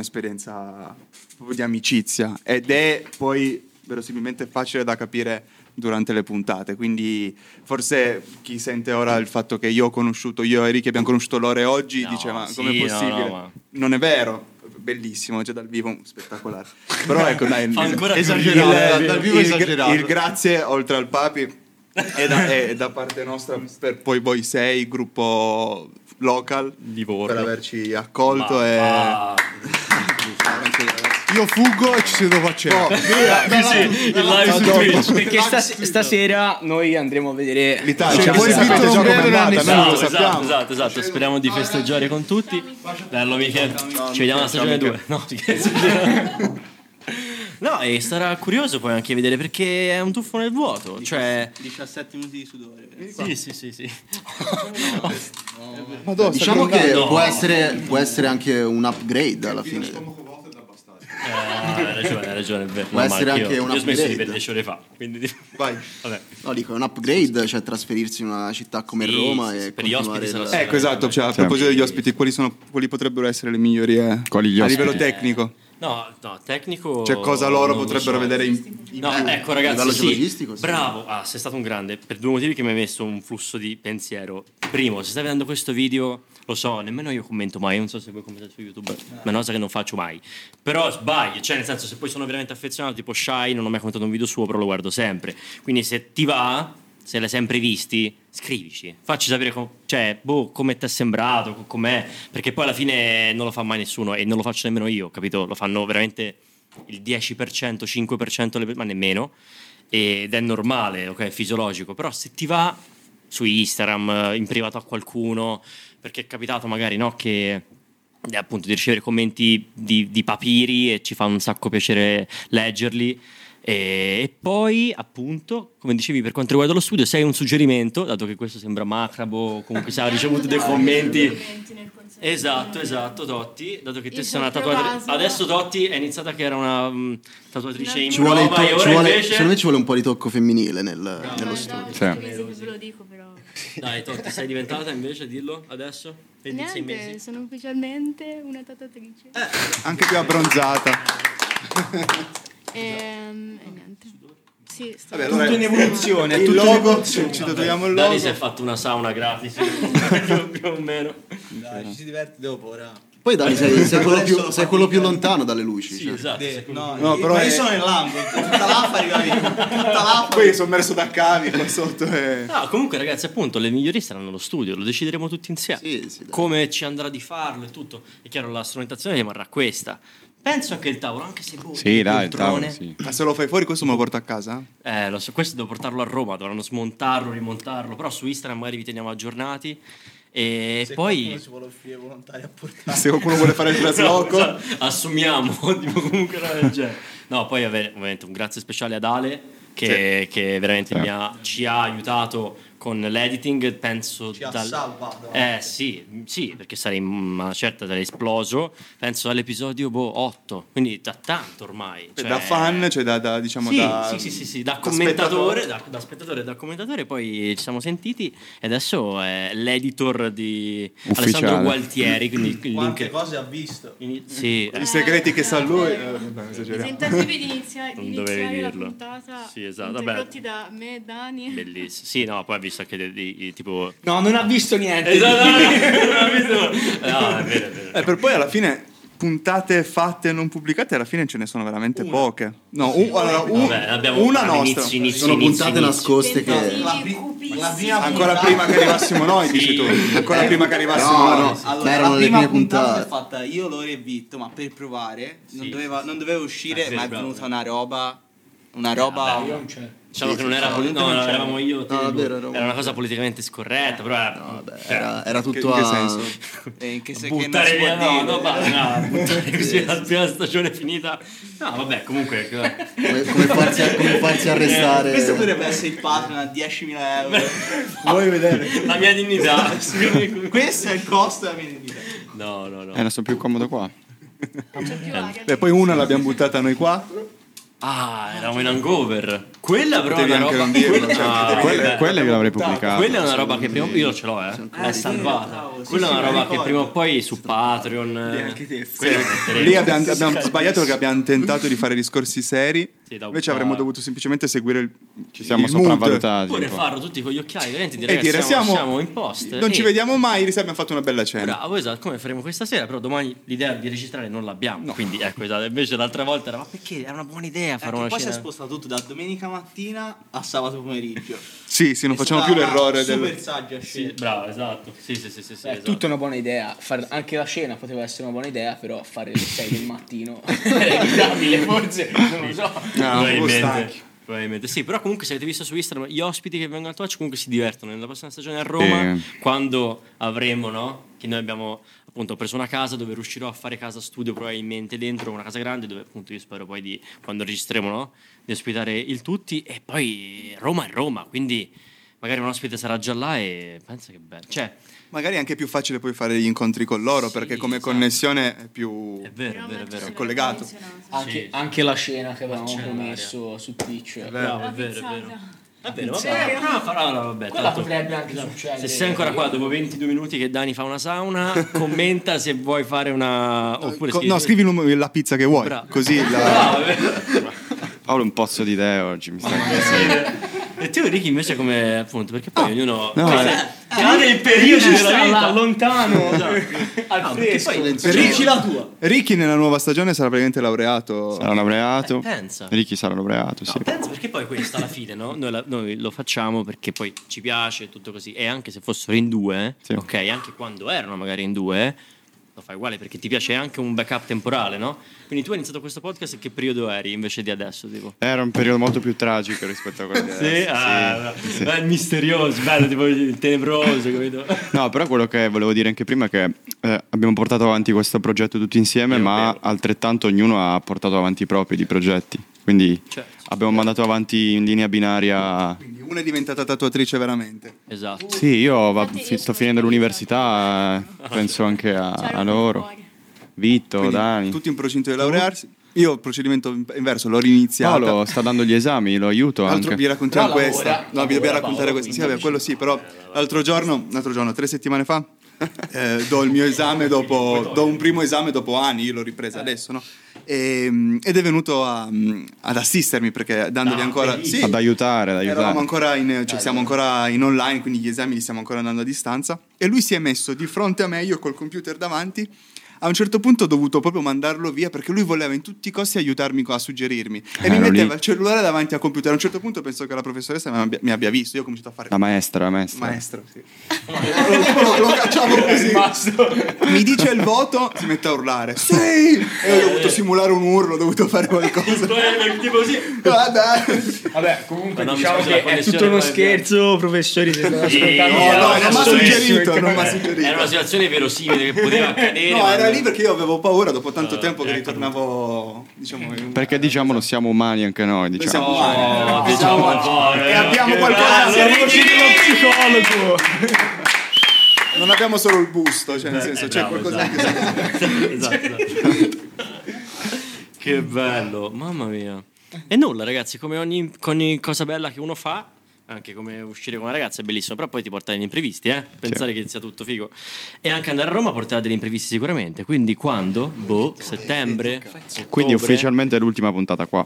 Speaker 5: un'esperienza proprio di amicizia ed è poi verosimilmente facile da capire durante le puntate, quindi forse chi sente ora il fatto che io ho conosciuto, io e Ricky abbiamo conosciuto Lore oggi,
Speaker 1: No,
Speaker 5: dice ma
Speaker 1: sì,
Speaker 5: com'è
Speaker 1: no,
Speaker 5: possibile?
Speaker 1: no, ma-
Speaker 5: Non è vero. Bellissimo, già dal vivo spettacolare. Però ecco, dai,
Speaker 1: Fa ancora più
Speaker 5: esagerato,
Speaker 1: ridere,
Speaker 5: dal-
Speaker 1: è
Speaker 5: dal
Speaker 1: vero.
Speaker 5: vivo
Speaker 1: Il-
Speaker 5: esagerato. Il grazie oltre al papi e da, e da parte nostra per poi voi sei, gruppo local,
Speaker 1: Livorno.
Speaker 5: per averci accolto
Speaker 1: Ma-
Speaker 5: e...
Speaker 1: ma-
Speaker 9: Io fuggo e ci siedo qua a cena.
Speaker 1: il live su Twitch.
Speaker 7: Perché stas- stasera noi andremo a vedere
Speaker 5: L'Italia.
Speaker 7: Cioè,
Speaker 5: Cioè, voi
Speaker 7: esatto.
Speaker 5: sapete già com'è
Speaker 9: credo
Speaker 5: andata,
Speaker 9: nel
Speaker 5: noi non lo
Speaker 1: Esatto, esatto,
Speaker 5: sappiamo.
Speaker 1: esatto, esatto. Speriamo di festeggiare con tutti. Bello Michele. Ci vediamo alla stagione 2. No, scherzo. No, e sarà curioso poi anche vedere perché è un tuffo nel vuoto. Cioè.
Speaker 3: 17 minuti di sudore.
Speaker 1: Sì, sì, sì, Eh, sì.
Speaker 6: Diciamo che può, essere, può essere anche un upgrade alla fine.
Speaker 1: Ah, hai ragione, hai ragione. è vero.
Speaker 6: Può
Speaker 1: No,
Speaker 6: essere
Speaker 1: ma
Speaker 6: anche
Speaker 1: io,
Speaker 6: un
Speaker 1: io ho smesso di
Speaker 6: upgrade.
Speaker 1: 10 ore fa. Quindi.
Speaker 5: Vai.
Speaker 1: Vabbè.
Speaker 6: No, dico, è un upgrade, cioè trasferirsi in una città come
Speaker 1: Sì,
Speaker 6: Roma
Speaker 1: sì, sì,
Speaker 6: e
Speaker 1: per gli
Speaker 6: continuare
Speaker 1: ospiti
Speaker 6: da-
Speaker 1: sarà-
Speaker 5: Ecco, esatto, cioè, a
Speaker 8: Sì.
Speaker 5: proposito degli ospiti, quali, sono, quali potrebbero essere le migliorie
Speaker 8: Quali gli
Speaker 5: a
Speaker 8: ospiti?
Speaker 5: livello tecnico?
Speaker 1: No, no, tecnico.
Speaker 5: Cioè, cosa loro
Speaker 1: Oh, non lo
Speaker 5: potrebbero
Speaker 1: so.
Speaker 5: vedere in, in
Speaker 1: No,
Speaker 5: più?
Speaker 1: ecco
Speaker 6: livello
Speaker 1: ragazzi, sì.
Speaker 6: logistico, sì.
Speaker 1: bravo, ah, sei stato un grande per due motivi che mi hai messo un flusso di pensiero. Primo, se stai vedendo questo video, lo so, nemmeno io commento mai, non so se voi commentate su YouTube, ma è una cosa che non faccio mai. Però sbaglio, cioè nel senso se poi sono veramente affezionato, tipo Shy, non ho mai commentato un video suo, però lo guardo sempre. Quindi se ti va, se l'hai sempre visti, scrivici, facci sapere com- cioè, boh, come ti è sembrato, co- com'è, perché poi alla fine non lo fa mai nessuno e non lo faccio nemmeno io, capito? Lo fanno veramente il 10%, 5% le per- ma nemmeno ed è normale, ok, è fisiologico, però se ti va su Instagram, eh, in privato a qualcuno, perché è capitato magari no, che eh, appunto di ricevere commenti di, di papiri e ci fa un sacco piacere leggerli. eh, E, e poi, appunto, come dicevi, per quanto riguarda lo studio, se hai un suggerimento, dato che questo sembra macrabo, comunque se ha ricevuto dei commenti. Esatto, esatto, Totti, dato che te
Speaker 2: Il
Speaker 1: sei una
Speaker 2: doppio
Speaker 1: tatuatrice.
Speaker 2: vaso.
Speaker 1: Adesso Totti è iniziata che era una mm, tatuatrice in
Speaker 6: Ci vuole, il
Speaker 1: prova
Speaker 6: to-
Speaker 1: e
Speaker 6: ci
Speaker 1: ora
Speaker 6: vuole-
Speaker 1: invece...
Speaker 6: secondo me ci vuole un po' di tocco femminile nel- nello studio.
Speaker 8: Sì.
Speaker 2: Ve lo dico però.
Speaker 1: Dai Totti, sei diventata invece, dillo adesso? 26 mesi.
Speaker 2: Niente, sono ufficialmente una tatatrice.
Speaker 1: Eh,
Speaker 5: Anche più abbronzata.
Speaker 2: Ehm,
Speaker 1: esatto.
Speaker 2: e niente. Sì, sto
Speaker 5: Vabbè,
Speaker 3: Tutto in evoluzione, è
Speaker 5: il
Speaker 3: tutto in
Speaker 5: logo,
Speaker 3: evoluzione.
Speaker 5: ci troviamo il
Speaker 1: Dani
Speaker 5: logo.
Speaker 1: si è fatto una sauna gratis, più o meno.
Speaker 3: Dai, ci si diverte dopo ora.
Speaker 6: Poi Dani, sei, sei quello più, sei quello più lontano dalle luci.
Speaker 1: Sì,
Speaker 6: cioè.
Speaker 1: esatto.
Speaker 3: De- no,
Speaker 5: No,
Speaker 3: io-
Speaker 5: però
Speaker 3: ma
Speaker 5: è-
Speaker 3: io sono in lampo, tutta l'affa arriva lì. Tutta l'affa.
Speaker 5: Poi sono sommerso da cavi qua sotto eh. e...
Speaker 1: No, comunque ragazzi, appunto, le migliori saranno lo studio, lo decideremo tutti insieme.
Speaker 6: Sì, sì, dai.
Speaker 1: Come ci andrà di farlo e tutto. È chiaro, la strumentazione rimarrà questa. Penso anche il tavolo, anche se boh,
Speaker 8: Sì, dai, il
Speaker 1: poltrone.
Speaker 8: tavolo, sì.
Speaker 5: Ma se lo fai fuori questo me lo porto a casa?
Speaker 1: Eh, lo so, questo devo portarlo a Roma, dovranno smontarlo, rimontarlo, però su Instagram magari vi teniamo aggiornati. E
Speaker 3: Se
Speaker 1: poi...
Speaker 3: qualcuno si vuole offrire volontari a portare.
Speaker 5: Se qualcuno vuole fare il trasloco...
Speaker 1: No, cioè, assumiamo tipo, comunque una roba del genere. no poi vabbè, ovviamente un grazie speciale ad Ale che, che veramente mi ha- ci ha aiutato con l'editing penso
Speaker 3: Ci ha salvato.
Speaker 1: eh sì, sì perché sarei in una certa sarei esploso penso all'episodio boh, 8 quindi da tanto ormai
Speaker 5: Cioè,
Speaker 1: cioè-
Speaker 5: da fan, cioè da, da, diciamo
Speaker 1: sì,
Speaker 5: da...
Speaker 1: sì, sì, sì, sì, da,
Speaker 5: da
Speaker 1: commentatore,
Speaker 5: spettatore.
Speaker 1: da, da spettatore, da commentatore, poi ci siamo sentiti e adesso è l'editor di
Speaker 8: Ufficiale.
Speaker 1: Alessandro Gualtieri, quindi il
Speaker 3: Quante
Speaker 1: link...
Speaker 3: cose ha visto.
Speaker 1: in- sì, eh,
Speaker 5: I segreti che sa lui... eh, no,
Speaker 2: Mi
Speaker 5: esageriamo.
Speaker 2: sento di iniziare, di
Speaker 1: Non dovevi
Speaker 2: iniziare la
Speaker 1: dirlo.
Speaker 2: puntata
Speaker 1: Sì, esatto, vabbè.
Speaker 2: interrotti da me e Dani.
Speaker 1: Bellissimo. Sì, no, poi ha visto anche dei, dei- dei- tipo.
Speaker 7: No, non ha visto niente.
Speaker 3: Ah,
Speaker 1: No, è vero, è vero.
Speaker 5: Eh, per poi alla fine puntate fatte e non pubblicate, alla fine ce ne sono veramente poche. No, un- allora, un-
Speaker 1: Vabbè, abbiamo
Speaker 5: una
Speaker 1: all'inizio,
Speaker 5: nostra.
Speaker 1: inizio,
Speaker 6: Sono
Speaker 1: inizio,
Speaker 6: puntate
Speaker 1: inizio.
Speaker 6: nascoste che...
Speaker 3: La, pri-
Speaker 2: Cupissimi.
Speaker 3: la prima
Speaker 5: Ancora
Speaker 3: puntata-
Speaker 5: prima che arrivassimo noi, dici tu. Ancora prima che arrivassimo
Speaker 6: No,
Speaker 5: noi.
Speaker 6: no.
Speaker 3: Allora,
Speaker 6: Ma
Speaker 3: la
Speaker 6: erano le
Speaker 3: prima
Speaker 6: prime
Speaker 3: puntata,
Speaker 6: puntate.
Speaker 3: è fatta io, Lore e Vitto, ma per provare non,
Speaker 1: Sì,
Speaker 3: doveva,
Speaker 1: sì,
Speaker 3: non doveva uscire,
Speaker 1: Ah, sì,
Speaker 3: ma è
Speaker 1: bravo.
Speaker 3: venuta una roba. Una roba.
Speaker 7: Io non c'è.
Speaker 1: Diciamo che non era.
Speaker 3: sì,
Speaker 1: no,
Speaker 3: sì.
Speaker 1: eravamo io. te
Speaker 6: No,
Speaker 1: e lui.
Speaker 6: davvero, eravamo-
Speaker 1: era una cosa politicamente scorretta, però. Era,
Speaker 6: Vabbè,
Speaker 1: cioè,
Speaker 6: era, era tutto
Speaker 5: Che- in che
Speaker 6: a...
Speaker 5: senso?
Speaker 3: eh, che se che non
Speaker 1: buttare
Speaker 3: si può
Speaker 1: via. No,
Speaker 3: dire.
Speaker 1: no, va, no, buttare così la prima stagione è finita. No, vabbè, comunque.
Speaker 6: Come, come farsi, come farsi arrestare...
Speaker 3: Questo dovrebbe eh, essere il Patreon a 10.000 euro. Vuoi vedere?
Speaker 1: La mia dignità.
Speaker 3: Questo è il costo della mia vita.
Speaker 1: No, no, no.
Speaker 8: Eh, non sono più comodo qua.
Speaker 2: C'è più aria.
Speaker 5: Beh, poi una l'abbiamo buttata noi qua.
Speaker 1: Ah, eravamo in hangover. Quella però è
Speaker 5: Potevi
Speaker 1: una
Speaker 5: anche
Speaker 1: roba.
Speaker 5: non dirlo, cioè,
Speaker 1: Ah, quella-
Speaker 5: potevi-
Speaker 8: Quella, quella io l'avrei pubblicata.
Speaker 1: Quella è una roba che prima io ce l'ho, eh. È salvata.
Speaker 3: bravo, sì,
Speaker 1: Quella è
Speaker 3: sì,
Speaker 1: una
Speaker 3: me
Speaker 1: roba che
Speaker 3: ricordo.
Speaker 1: prima o poi su Patreon. eh,
Speaker 3: anche te.
Speaker 1: quella la metteremo.
Speaker 5: Lì abbiamo, abbiamo sbagliato perché abbiamo tentato di fare discorsi seri.
Speaker 1: Sì, da-
Speaker 5: Invece avremmo dovuto semplicemente seguire il.
Speaker 8: Ci siamo
Speaker 5: il mood.
Speaker 8: sopravvalutati.
Speaker 1: Oppure
Speaker 8: un po'.
Speaker 1: farlo tutti con gli occhiali, veramente dire,
Speaker 5: E
Speaker 1: ragazzi,
Speaker 5: dire,
Speaker 1: siamo,
Speaker 5: siamo,
Speaker 1: siamo in post.
Speaker 5: Eh, Non ci
Speaker 1: E-
Speaker 5: vediamo mai. Ieri sera abbiamo fatto una bella cena.
Speaker 1: Bravo, esatto, come faremo questa sera, però domani l'idea di registrare non l'abbiamo. Quindi ecco, esatto, invece l'altra volta era ma perché era una buona idea fare
Speaker 3: Ecco,
Speaker 1: una
Speaker 3: poi si è
Speaker 1: cena.
Speaker 3: spostato tutto da domenica mattina a sabato pomeriggio.
Speaker 5: Sì, sì, non
Speaker 3: È
Speaker 5: facciamo
Speaker 3: stata
Speaker 5: più l'errore
Speaker 3: una
Speaker 5: del.
Speaker 3: Super saggia
Speaker 1: Sì,
Speaker 3: scelta.
Speaker 1: bravo, esatto. Sì, sì, sì, sì, sì,
Speaker 7: È
Speaker 1: esatto.
Speaker 7: tutta una buona idea. Far- anche la cena poteva essere una buona idea, però fare le 6 del mattino è evitabile, forse. Non lo so.
Speaker 5: No, un po'
Speaker 1: probabilmente,
Speaker 5: stanchi.
Speaker 1: probabilmente. Sì, però comunque se avete visto su Instagram, gli ospiti che vengono al Twitch comunque si divertono. Nella prossima stagione a Roma,
Speaker 8: Sì.
Speaker 1: quando avremo, no? Che noi abbiamo appunto preso una casa dove riuscirò a fare casa studio probabilmente dentro una casa grande dove appunto io spero poi di quando registreremo no? di ospitare il tutti e poi Roma è Roma quindi magari un ospite sarà già là e pensa che bello cioè
Speaker 5: Magari è anche più facile poi fare gli incontri con loro
Speaker 1: Sì,
Speaker 5: perché come
Speaker 1: esatto.
Speaker 5: connessione è più.
Speaker 1: è vero è
Speaker 2: Però
Speaker 1: vero è
Speaker 2: mangio
Speaker 1: vero
Speaker 2: solo
Speaker 5: collegato.
Speaker 2: condizionato.
Speaker 7: Anche,
Speaker 1: Sì.
Speaker 7: anche la cena che avevamo
Speaker 1: cena,
Speaker 7: promesso su Twitch.
Speaker 1: bravo è vero
Speaker 2: La
Speaker 1: è vero
Speaker 2: pizzata.
Speaker 1: Va bene, va bene. Ah, No, fa- no, no, vabbè,
Speaker 7: Quella
Speaker 1: tanto-
Speaker 7: potrebbe anche succedere.
Speaker 1: certo. Se sei ancora qua dopo 22 minuti che Dani fa una sauna, commenta se vuoi fare una... Oppure
Speaker 5: Co- no, scrivi il numero- la pizza che vuoi.
Speaker 1: Bravo.
Speaker 5: Così la.
Speaker 1: Ah, vabbè.
Speaker 8: Paolo, un pozzo di idee oggi. Mi sta...
Speaker 1: E te Ricky invece come appunto, perché poi ognuno...
Speaker 8: No,
Speaker 1: Poi
Speaker 8: eh.
Speaker 1: se- Cade il periodo
Speaker 7: Ci
Speaker 1: della
Speaker 7: sta là,
Speaker 1: vita.
Speaker 7: lontano. al
Speaker 1: Ah, perché
Speaker 7: fresco.
Speaker 3: Ricci la tua.
Speaker 5: Ricky nella nuova stagione sarà praticamente laureato.
Speaker 8: Sarà laureato.
Speaker 1: Eh, pensa.
Speaker 8: Ricky sarà laureato, sì.
Speaker 1: No, penso perché poi questo alla fine, no? Noi, la- noi lo facciamo perché poi ci piace e tutto così. E anche se fossero in due,
Speaker 8: Sì.
Speaker 1: ok, anche quando erano magari in due, lo fai uguale perché ti piace anche un backup temporale, no? Quindi tu hai iniziato questo podcast e che periodo eri invece di adesso, tipo?
Speaker 8: Era un periodo molto più tragico rispetto a quello di
Speaker 1: Sì,
Speaker 8: adesso,
Speaker 1: ah, beh, misterioso, bello, tipo tenebroso, capito?
Speaker 8: No, però quello che volevo dire anche prima è che eh, abbiamo portato avanti questo progetto tutti insieme,
Speaker 1: Vero,
Speaker 8: ma
Speaker 1: vero.
Speaker 8: altrettanto ognuno ha portato avanti i propri di progetti. Quindi
Speaker 1: Certo.
Speaker 8: abbiamo mandato avanti in linea binaria.
Speaker 5: Quindi una è diventata tatuatrice veramente.
Speaker 1: Esatto.
Speaker 8: Sì, io va-
Speaker 2: Infatti io
Speaker 8: fi- sto
Speaker 2: sono
Speaker 8: finendo
Speaker 2: felice.
Speaker 8: l'università, eh, penso anche a,
Speaker 2: Cioè,
Speaker 8: Ah, a loro.
Speaker 2: cuore.
Speaker 8: Vitto,
Speaker 5: Quindi
Speaker 8: Dani.
Speaker 5: tutti in procinto di laurearsi. Io il procedimento in- inverso l'ho riniziata.
Speaker 8: Paolo sta dando gli esami, lo aiuto
Speaker 5: L'altro
Speaker 8: Certo, anche.
Speaker 5: vi raccontiamo
Speaker 7: Però
Speaker 5: questa.
Speaker 7: lavora,
Speaker 5: no, vi dobbiamo
Speaker 7: lavora
Speaker 5: raccontare
Speaker 7: Paolo,
Speaker 5: questa. Sì,
Speaker 7: quindi
Speaker 5: vabbè, quello sì, però l'altro giorno, l'altro giorno, tre settimane fa, eh, do il mio esame dopo, do un primo esame dopo anni, io l'ho ripresa adesso, no? E, mm, ed è venuto a, mm, ad assistermi perché
Speaker 7: Ah,
Speaker 5: dandogli ancora... Sì,
Speaker 8: Ad aiutare, ad aiutare.
Speaker 5: Eravamo ancora in, cioè, siamo ancora in online, quindi gli esami li stiamo ancora andando a distanza. E lui si è messo di fronte a me, io col computer davanti. A un certo punto ho dovuto proprio mandarlo via perché lui voleva in tutti i costi aiutarmi a suggerirmi. E
Speaker 8: Eh,
Speaker 5: mi
Speaker 8: ero lì.
Speaker 5: metteva il cellulare davanti al computer. A un certo punto penso che la professoressa mi abbia, mi abbia visto. Io ho cominciato a fare
Speaker 8: La maestra, la maestra.
Speaker 5: maestro. Sì. lo, lo- lo cacciavo così. Mi dice il voto, si mette a urlare. Sì! E ho dovuto simulare un urlo, ho dovuto fare qualcosa.
Speaker 1: Tipo così.
Speaker 5: Ah, dai.
Speaker 7: Vabbè, comunque
Speaker 1: No, no, mi
Speaker 7: diciamo
Speaker 1: scusi, la
Speaker 7: che è
Speaker 1: connessione
Speaker 7: tutto uno
Speaker 1: poi è via.
Speaker 7: scherzo, professori. Se non
Speaker 8: Eh,
Speaker 7: ascoltate,
Speaker 1: no, no,
Speaker 5: non mi ha
Speaker 1: adesso è-
Speaker 5: suggerito, non mi ha suggerito.
Speaker 1: Era una situazione verosimile che poteva accadere.
Speaker 5: No,
Speaker 1: ma-
Speaker 5: era lì perché io avevo paura dopo tanto
Speaker 1: Ah,
Speaker 5: tempo che
Speaker 1: ecco.
Speaker 5: ritornavo, diciamo, in-
Speaker 8: Perché diciamolo, siamo umani anche noi.
Speaker 5: Noi
Speaker 8: Diciamo.
Speaker 5: siamo umani.
Speaker 1: Oh,
Speaker 5: Diciamo-
Speaker 1: diciamo un po',
Speaker 5: e
Speaker 1: eh.
Speaker 5: abbiamo qualcosa,
Speaker 1: Grazie,
Speaker 5: siamo-
Speaker 1: Ricky!
Speaker 7: psicologo.
Speaker 5: non abbiamo solo il busto,
Speaker 1: Eh,
Speaker 5: cioè nel senso c'è
Speaker 1: Bravo,
Speaker 5: qualcosa anche se-
Speaker 1: esatto. Esatto, esatto. che bello, mamma mia. E nulla, ragazzi, come ogni, con ogni cosa bella che uno fa, anche come uscire con una ragazza è bellissimo, però poi ti porta degli imprevisti, eh? Pensare che sia tutto figo. E anche andare a Roma porterà degli imprevisti sicuramente. Quindi quando? Boh, settembre? Ottobre?
Speaker 8: Quindi ufficialmente è l'ultima puntata qua.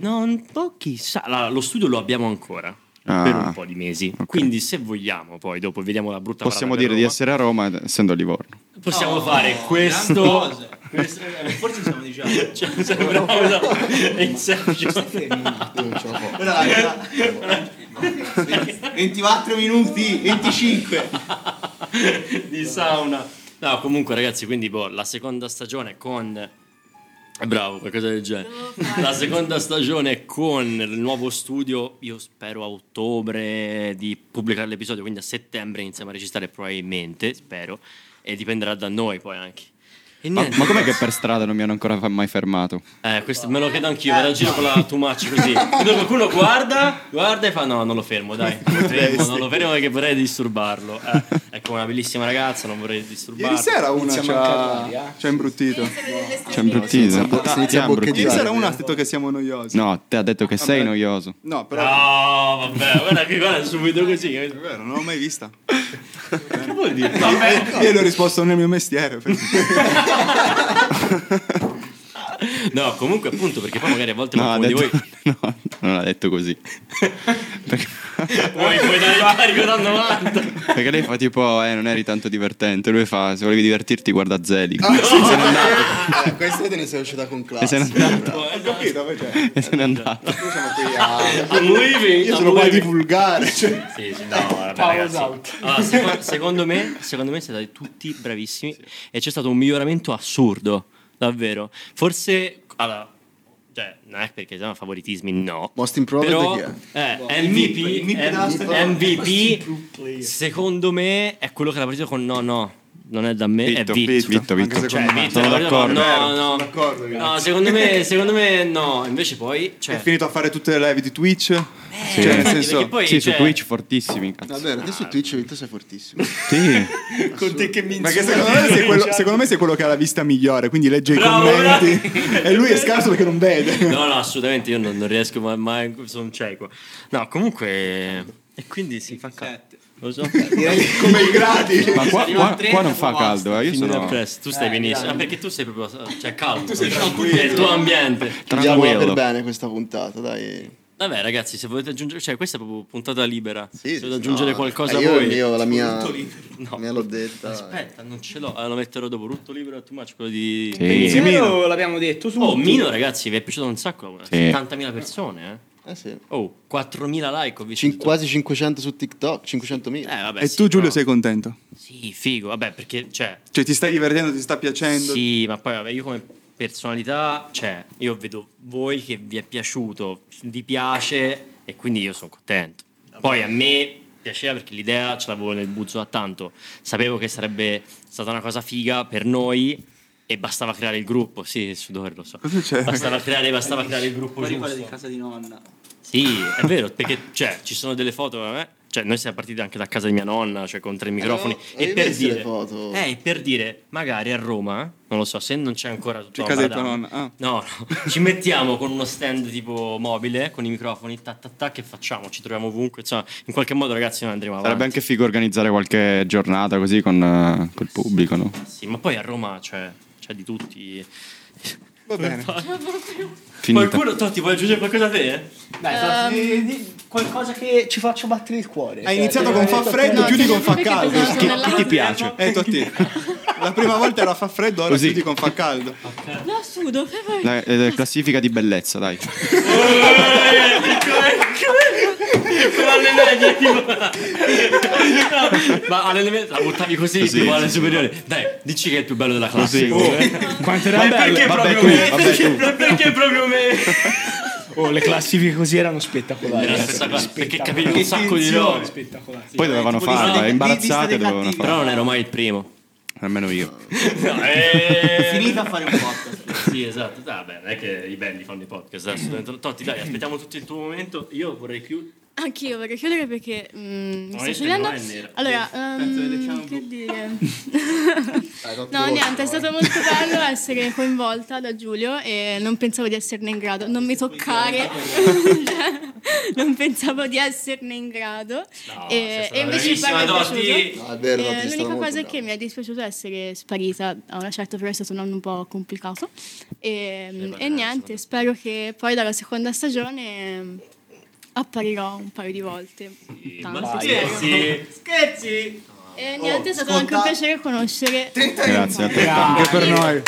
Speaker 1: Non, boh, chissà. Allora, lo studio lo abbiamo ancora.
Speaker 8: Ah,
Speaker 1: per un po' di mesi.
Speaker 8: ok.
Speaker 1: Quindi, se vogliamo, poi dopo vediamo la brutta
Speaker 8: Possiamo
Speaker 1: parata
Speaker 8: dire
Speaker 1: per
Speaker 8: di
Speaker 1: Roma.
Speaker 8: essere a Roma ed- essendo a Livorno.
Speaker 1: Possiamo fare questo.
Speaker 3: Questo- eh, Forse siamo diciamo.
Speaker 1: Cioè, mi sembra una cosa Inception.
Speaker 3: Brava, brava. 24 minuti, 25.
Speaker 1: di sauna. No, comunque, ragazzi, quindi boh, la seconda stagione con. eh, Bravo, qualcosa del genere. La seconda stagione con il nuovo studio, io spero a ottobre di pubblicare l'episodio, quindi a settembre iniziamo a registrare probabilmente, spero, e dipenderà da noi poi anche. E
Speaker 8: Ma,
Speaker 1: niente.
Speaker 8: ma com'è che per strada non mi hanno ancora fa- mai fermato?
Speaker 1: Eh,
Speaker 5: Ecco
Speaker 1: questo me lo chiedo anch'io,
Speaker 5: Eh.
Speaker 1: vado a giro con la tumaccia così. Vedo qualcuno guarda, guarda e fa no, non lo fermo, dai. Non lo fermo, non lo fermo perché vorrei disturbarlo. Eh, ecco una bellissima ragazza, non vorrei disturbarlo.
Speaker 5: Ieri sera una ci
Speaker 7: mancare l'aria,
Speaker 1: eh.
Speaker 5: ha ci ha imbruttito.
Speaker 8: C'è imbruttito.
Speaker 6: bo-
Speaker 5: Ieri
Speaker 8: Ti ha
Speaker 6: si inizia a boccheggiare.
Speaker 8: imbruttito.
Speaker 5: sera una ha detto che siamo noiosi.
Speaker 8: No, te ha detto che sei noioso.
Speaker 5: No, però
Speaker 1: No, vabbè, guarda che guarda subito così.
Speaker 5: è
Speaker 1: capito?
Speaker 5: vero, non l'ho mai vista.
Speaker 1: Che vuol dire? Vabbè.
Speaker 5: Io le ho risposto nel mio mestiere. perché-
Speaker 1: No, comunque appunto perché poi magari a volte
Speaker 8: No, ha
Speaker 1: qualcuno di
Speaker 8: detto...
Speaker 1: voi
Speaker 8: no, non l'ha detto così. perché...
Speaker 1: voi puoi dare carico da 90.
Speaker 8: perché lei fa tipo, eh, non eri tanto divertente. Lui fa, se volevi divertirti, guarda Zelig.
Speaker 6: Eh, questa te ne sei uscita con
Speaker 8: E se
Speaker 6: classe.
Speaker 8: n'è andato.
Speaker 5: Ho capito, perché
Speaker 8: E se n'è andato.
Speaker 1: I'm leaving.
Speaker 5: io
Speaker 1: I'm
Speaker 5: sono qua a
Speaker 1: leaving.
Speaker 5: divulgare. cioè.
Speaker 1: Sì, sì, no, vabbè, ragazzi. Allora, seco- secondo me, secondo me siete stati tutti bravissimi e c'è stato un miglioramento assurdo, davvero. Forse allora, cioè, non è perché siamo favoritismi, no.
Speaker 6: Most improved
Speaker 1: Però
Speaker 6: chi è?
Speaker 1: eh, MVP, MVP, secondo me è quello che l'ha preso con no, no, non è da me,
Speaker 5: Vitto,
Speaker 1: è Vitto.
Speaker 8: Vitto, Vitto.
Speaker 5: Anche
Speaker 1: Cioè,
Speaker 5: secondo me.
Speaker 1: Vitto l'ha preso con no, no.
Speaker 5: d'accordo, ragazzi.
Speaker 1: No, secondo me, secondo me no, invece poi cioè,
Speaker 5: È finito a fare tutte le live di Twitch.
Speaker 1: eh,
Speaker 5: cioè, nel
Speaker 1: infatti,
Speaker 5: senso,
Speaker 1: perché poi,
Speaker 8: Sì,
Speaker 1: cioè,
Speaker 8: su Twitch fortissimi. Cazzo.
Speaker 6: Vabbè, adesso su Twitch Vitto sei fortissimo.
Speaker 8: Sì.
Speaker 7: Con te che mi
Speaker 5: Perché secondo me, sei quello, secondo me sei quello che ha la vista migliore, quindi legge
Speaker 1: Bravo,
Speaker 5: i commenti. E lui è scarso perché non vede.
Speaker 1: No, no, assolutamente, io non, non riesco mai, mai- sono cieco. No, comunque... E quindi si fa caldo. Lo so.
Speaker 5: Come i gradi.
Speaker 8: Ma qua,
Speaker 3: Arriva
Speaker 8: qua-
Speaker 3: il treno,
Speaker 8: qua non fa
Speaker 3: basta.
Speaker 8: caldo, eh. Io
Speaker 1: Finita
Speaker 8: sono
Speaker 1: presto. Tu stai
Speaker 7: Eh,
Speaker 1: benissimo.
Speaker 7: dai.
Speaker 1: Ah, perché tu sei proprio... Cioè, calmo. Tu sei tranquillo. È il tuo ambiente.
Speaker 6: Andiamo per
Speaker 8: tranquillo.
Speaker 6: bene questa puntata, dai.
Speaker 1: Vabbè, ragazzi, se volete aggiungere... Cioè, questa è proprio puntata libera. se volete
Speaker 6: no,
Speaker 1: aggiungere qualcosa
Speaker 6: eh, io,
Speaker 1: voi...
Speaker 6: Io la mia...
Speaker 1: No.
Speaker 6: Me l'ho detta.
Speaker 1: Aspetta, non ce l'ho. Allora, lo metterò dopo. Rutto libero a tu, ma quello di...
Speaker 8: Sì.
Speaker 7: Mino l'abbiamo detto su.
Speaker 1: Oh, Mino, ragazzi, vi è piaciuto un sacco.
Speaker 8: Sì.
Speaker 1: 70.000 persone, eh.
Speaker 6: Eh sì.
Speaker 1: Oh, 4.000 like ho visto.
Speaker 6: Cin- quasi 500 su TikTok, 500.000.
Speaker 1: Eh, vabbè,
Speaker 5: E
Speaker 1: sì,
Speaker 5: tu, Giulio,
Speaker 1: però-
Speaker 5: sei contento?
Speaker 1: Sì, figo. Vabbè, perché... Cioè,
Speaker 5: Cioè, ti stai divertendo, ti sta piacendo?
Speaker 1: Sì, ma poi vabbè, io come personalità, cioè, io vedo voi che vi è piaciuto, vi piace e quindi io sono contento. Poi a me piaceva perché l'idea ce l'avevo nel buzzo da tanto, sapevo che sarebbe stata una cosa figa per noi E bastava creare il gruppo, sì, il sudore lo so.
Speaker 5: Cosa c'è?
Speaker 1: Bastava creare, bastava creare il gruppo
Speaker 3: Poi quella di
Speaker 1: giusto.
Speaker 3: casa di nonna.
Speaker 1: Sì, è vero, perché cioè, ci sono delle foto, eh? cioè noi siamo partiti anche da casa di mia nonna, cioè con tre
Speaker 6: Eh,
Speaker 1: microfoni e
Speaker 6: avevi
Speaker 1: per
Speaker 6: visto le
Speaker 1: dire
Speaker 6: foto?
Speaker 1: Eh, e per dire, magari a Roma, non lo so, se non c'è ancora tutto
Speaker 5: C'è casa di tua nonna. Ah.
Speaker 1: No, no, ci mettiamo con uno stand tipo mobile, con i microfoni, tac tac tac, che facciamo? Ci troviamo ovunque, insomma, in qualche modo ragazzi noi andremo avanti.
Speaker 8: Sarebbe anche figo organizzare qualche giornata così con eh, col pubblico, no?
Speaker 1: Sì, ma poi a Roma c'è, c'è di tutti.
Speaker 9: Va bene.
Speaker 8: Finita.
Speaker 1: Qualcuno, Totti, vuoi aggiungere qualcosa a te?
Speaker 2: Ehm.
Speaker 7: Dai, di- di- qualcosa che ci faccia battere il cuore. cioè,
Speaker 5: Hai iniziato con fa freddo,
Speaker 2: No,
Speaker 5: chiudi con fa
Speaker 2: perché
Speaker 5: caldo.
Speaker 2: pensavo
Speaker 5: Chi,
Speaker 2: nella-
Speaker 5: chi ti piace? Eh, Totti. La prima volta era fa freddo, ora
Speaker 8: Così.
Speaker 5: chiudi con fa caldo.
Speaker 2: No, sudo. eh, vai.
Speaker 8: La, eh, classifica di bellezza, dai.
Speaker 1: Ma all'elemento la buttavi così,
Speaker 8: Così,
Speaker 1: tipo alle
Speaker 8: sì, sì.
Speaker 1: superiori. Dai, dici che è il più bello della classe.
Speaker 8: Così. boh.
Speaker 7: Quanto era bello.
Speaker 8: Vabbè, tu, vabbè, tu.
Speaker 1: Perché proprio me?
Speaker 7: Oh, le classifiche così erano spettacolari.
Speaker 1: Era
Speaker 7: ragazzi.
Speaker 1: spettacolare, perché capivi
Speaker 7: Spettacolari.
Speaker 1: un sacco di robe.
Speaker 7: Spettacolari.
Speaker 8: Poi dovevano
Speaker 3: tipo di
Speaker 8: farla, eh,
Speaker 3: lista-
Speaker 8: imbarazzate
Speaker 3: lista dei
Speaker 8: dovevano
Speaker 3: cattivi.
Speaker 8: farla.
Speaker 1: Però non ero mai il primo.
Speaker 8: Almeno io.
Speaker 1: eh.
Speaker 3: Finita a fare un podcast.
Speaker 1: Sì, esatto. Vabbè, non è che i belli fanno i podcast. Adesso. Totti, dai, aspettiamo tutto il tuo momento. Io vorrei più.
Speaker 2: Anch'io vorrei chiudere perché mm, mi sto
Speaker 1: Ovviamente
Speaker 2: sciogliendo.
Speaker 1: no, è nero.
Speaker 2: Allora,
Speaker 3: Penso che
Speaker 2: ehm,
Speaker 3: diciamo-
Speaker 2: che dire? no, niente, è stato molto bello essere coinvolta da Giulio e non pensavo di esserne in grado. Non mi toccare, Cioè, non pensavo di esserne in grado.
Speaker 1: No, sei
Speaker 2: e,
Speaker 1: stata
Speaker 2: e invece il
Speaker 1: bravissima,
Speaker 2: bello è piaciuto.
Speaker 1: Totti.
Speaker 6: No, è vero,
Speaker 2: Eh,
Speaker 6: Totti, è stato
Speaker 2: l'unica
Speaker 6: molto
Speaker 2: cosa è
Speaker 6: bravo.
Speaker 2: che mi è dispiaciuto essere sparita a una certa però è stato un anno un po' complicato Ehm, e,
Speaker 1: vabbè,
Speaker 2: e niente spero che poi dalla seconda stagione ehm, apparirò un paio di volte Tanto.
Speaker 1: Ma scherzi. Scherzi.
Speaker 2: e niente è stato anche un piacere conoscere
Speaker 1: Eh.
Speaker 8: Grazie a te.
Speaker 9: Anche per noi.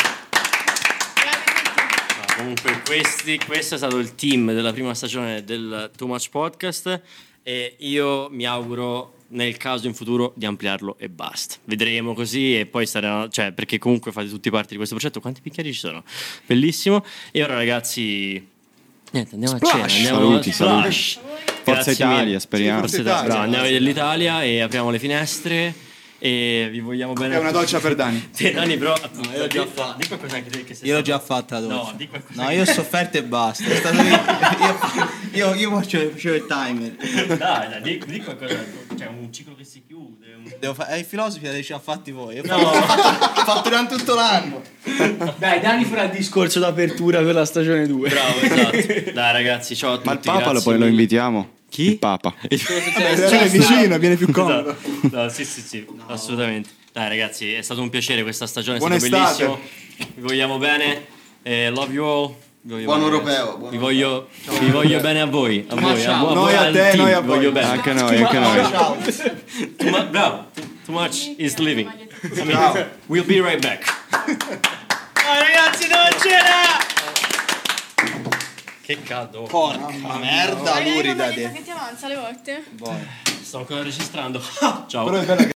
Speaker 2: Veramente.
Speaker 1: No, comunque, questi, questo è stato il team della prima stagione del Too Much Podcast. E io mi auguro, nel caso in futuro, di ampliarlo e basta. Vedremo così e poi sarà. Cioè, perché comunque fate tutti parte di questo progetto. Quanti bicchieri ci sono? Bellissimo. E ora, ragazzi. Niente, andiamo a cena. Andiamo
Speaker 8: Saluti, saluti.
Speaker 1: Splash.
Speaker 8: Forza
Speaker 1: Grazie
Speaker 8: Italia,
Speaker 1: mille.
Speaker 8: speriamo.
Speaker 9: Forza
Speaker 1: Bravo,
Speaker 9: Italia.
Speaker 1: andiamo a vedere l'Italia e apriamo le finestre. E vi vogliamo bene.
Speaker 5: È una doccia per Dani.
Speaker 1: Te, Dani, però. No,
Speaker 3: io l'ho già fatta.
Speaker 1: Di qualcosa anche te che sei
Speaker 3: Io l'ho già
Speaker 1: stato-
Speaker 3: fatta la doccia.
Speaker 1: No, di qualcosa
Speaker 3: No, io ho sofferto e basta. È stato io- Io, io, io faccio, facevo il timer.
Speaker 1: Dai, dai, di, di qualcosa. Cioè, un ciclo che si chiude. un-
Speaker 3: Devo fa- eh, i filosofi l'avete già fatti voi. Ho fatto, ho fatto durante tutto l'anno.
Speaker 7: Dai, Dani farà il discorso d'apertura per la stagione 2.
Speaker 1: Bravo, esatto. Dai, ragazzi, ciao a tutti.
Speaker 8: Ma il Papa lo
Speaker 1: grazie
Speaker 8: poi lo
Speaker 1: mille.
Speaker 8: invitiamo.
Speaker 1: Chi? Eh.
Speaker 8: Il Papa.
Speaker 5: Cioè, è vicino, viene più comodo.
Speaker 1: Esatto. No, sì, sì, sì, assolutamente. Dai, ragazzi, è stato un piacere questa stagione, è
Speaker 5: Buona
Speaker 1: stato
Speaker 5: estate.
Speaker 1: bellissimo. Vi vogliamo bene. Eh, love you all. Vi voglio
Speaker 6: Buon
Speaker 1: bene,
Speaker 6: europeo,
Speaker 1: ragazzi.
Speaker 6: buon
Speaker 1: vi voglio, vi voglio bene a voi. A voi, a, voi,
Speaker 5: Noi a
Speaker 1: al
Speaker 5: te,
Speaker 1: team,
Speaker 5: noi a
Speaker 1: vi
Speaker 5: voi.
Speaker 1: voglio bene.
Speaker 8: Anche noi, anche noi.
Speaker 1: Too mu- bravo. Too much is living. I mean, we'll be right back. Ciao ragazzi, non c'era! Che caldo.
Speaker 3: Porca merda,
Speaker 2: Magari non mi
Speaker 3: lurida.
Speaker 2: hai detto che ti avanza le volte
Speaker 1: Sto ancora registrando. Ciao.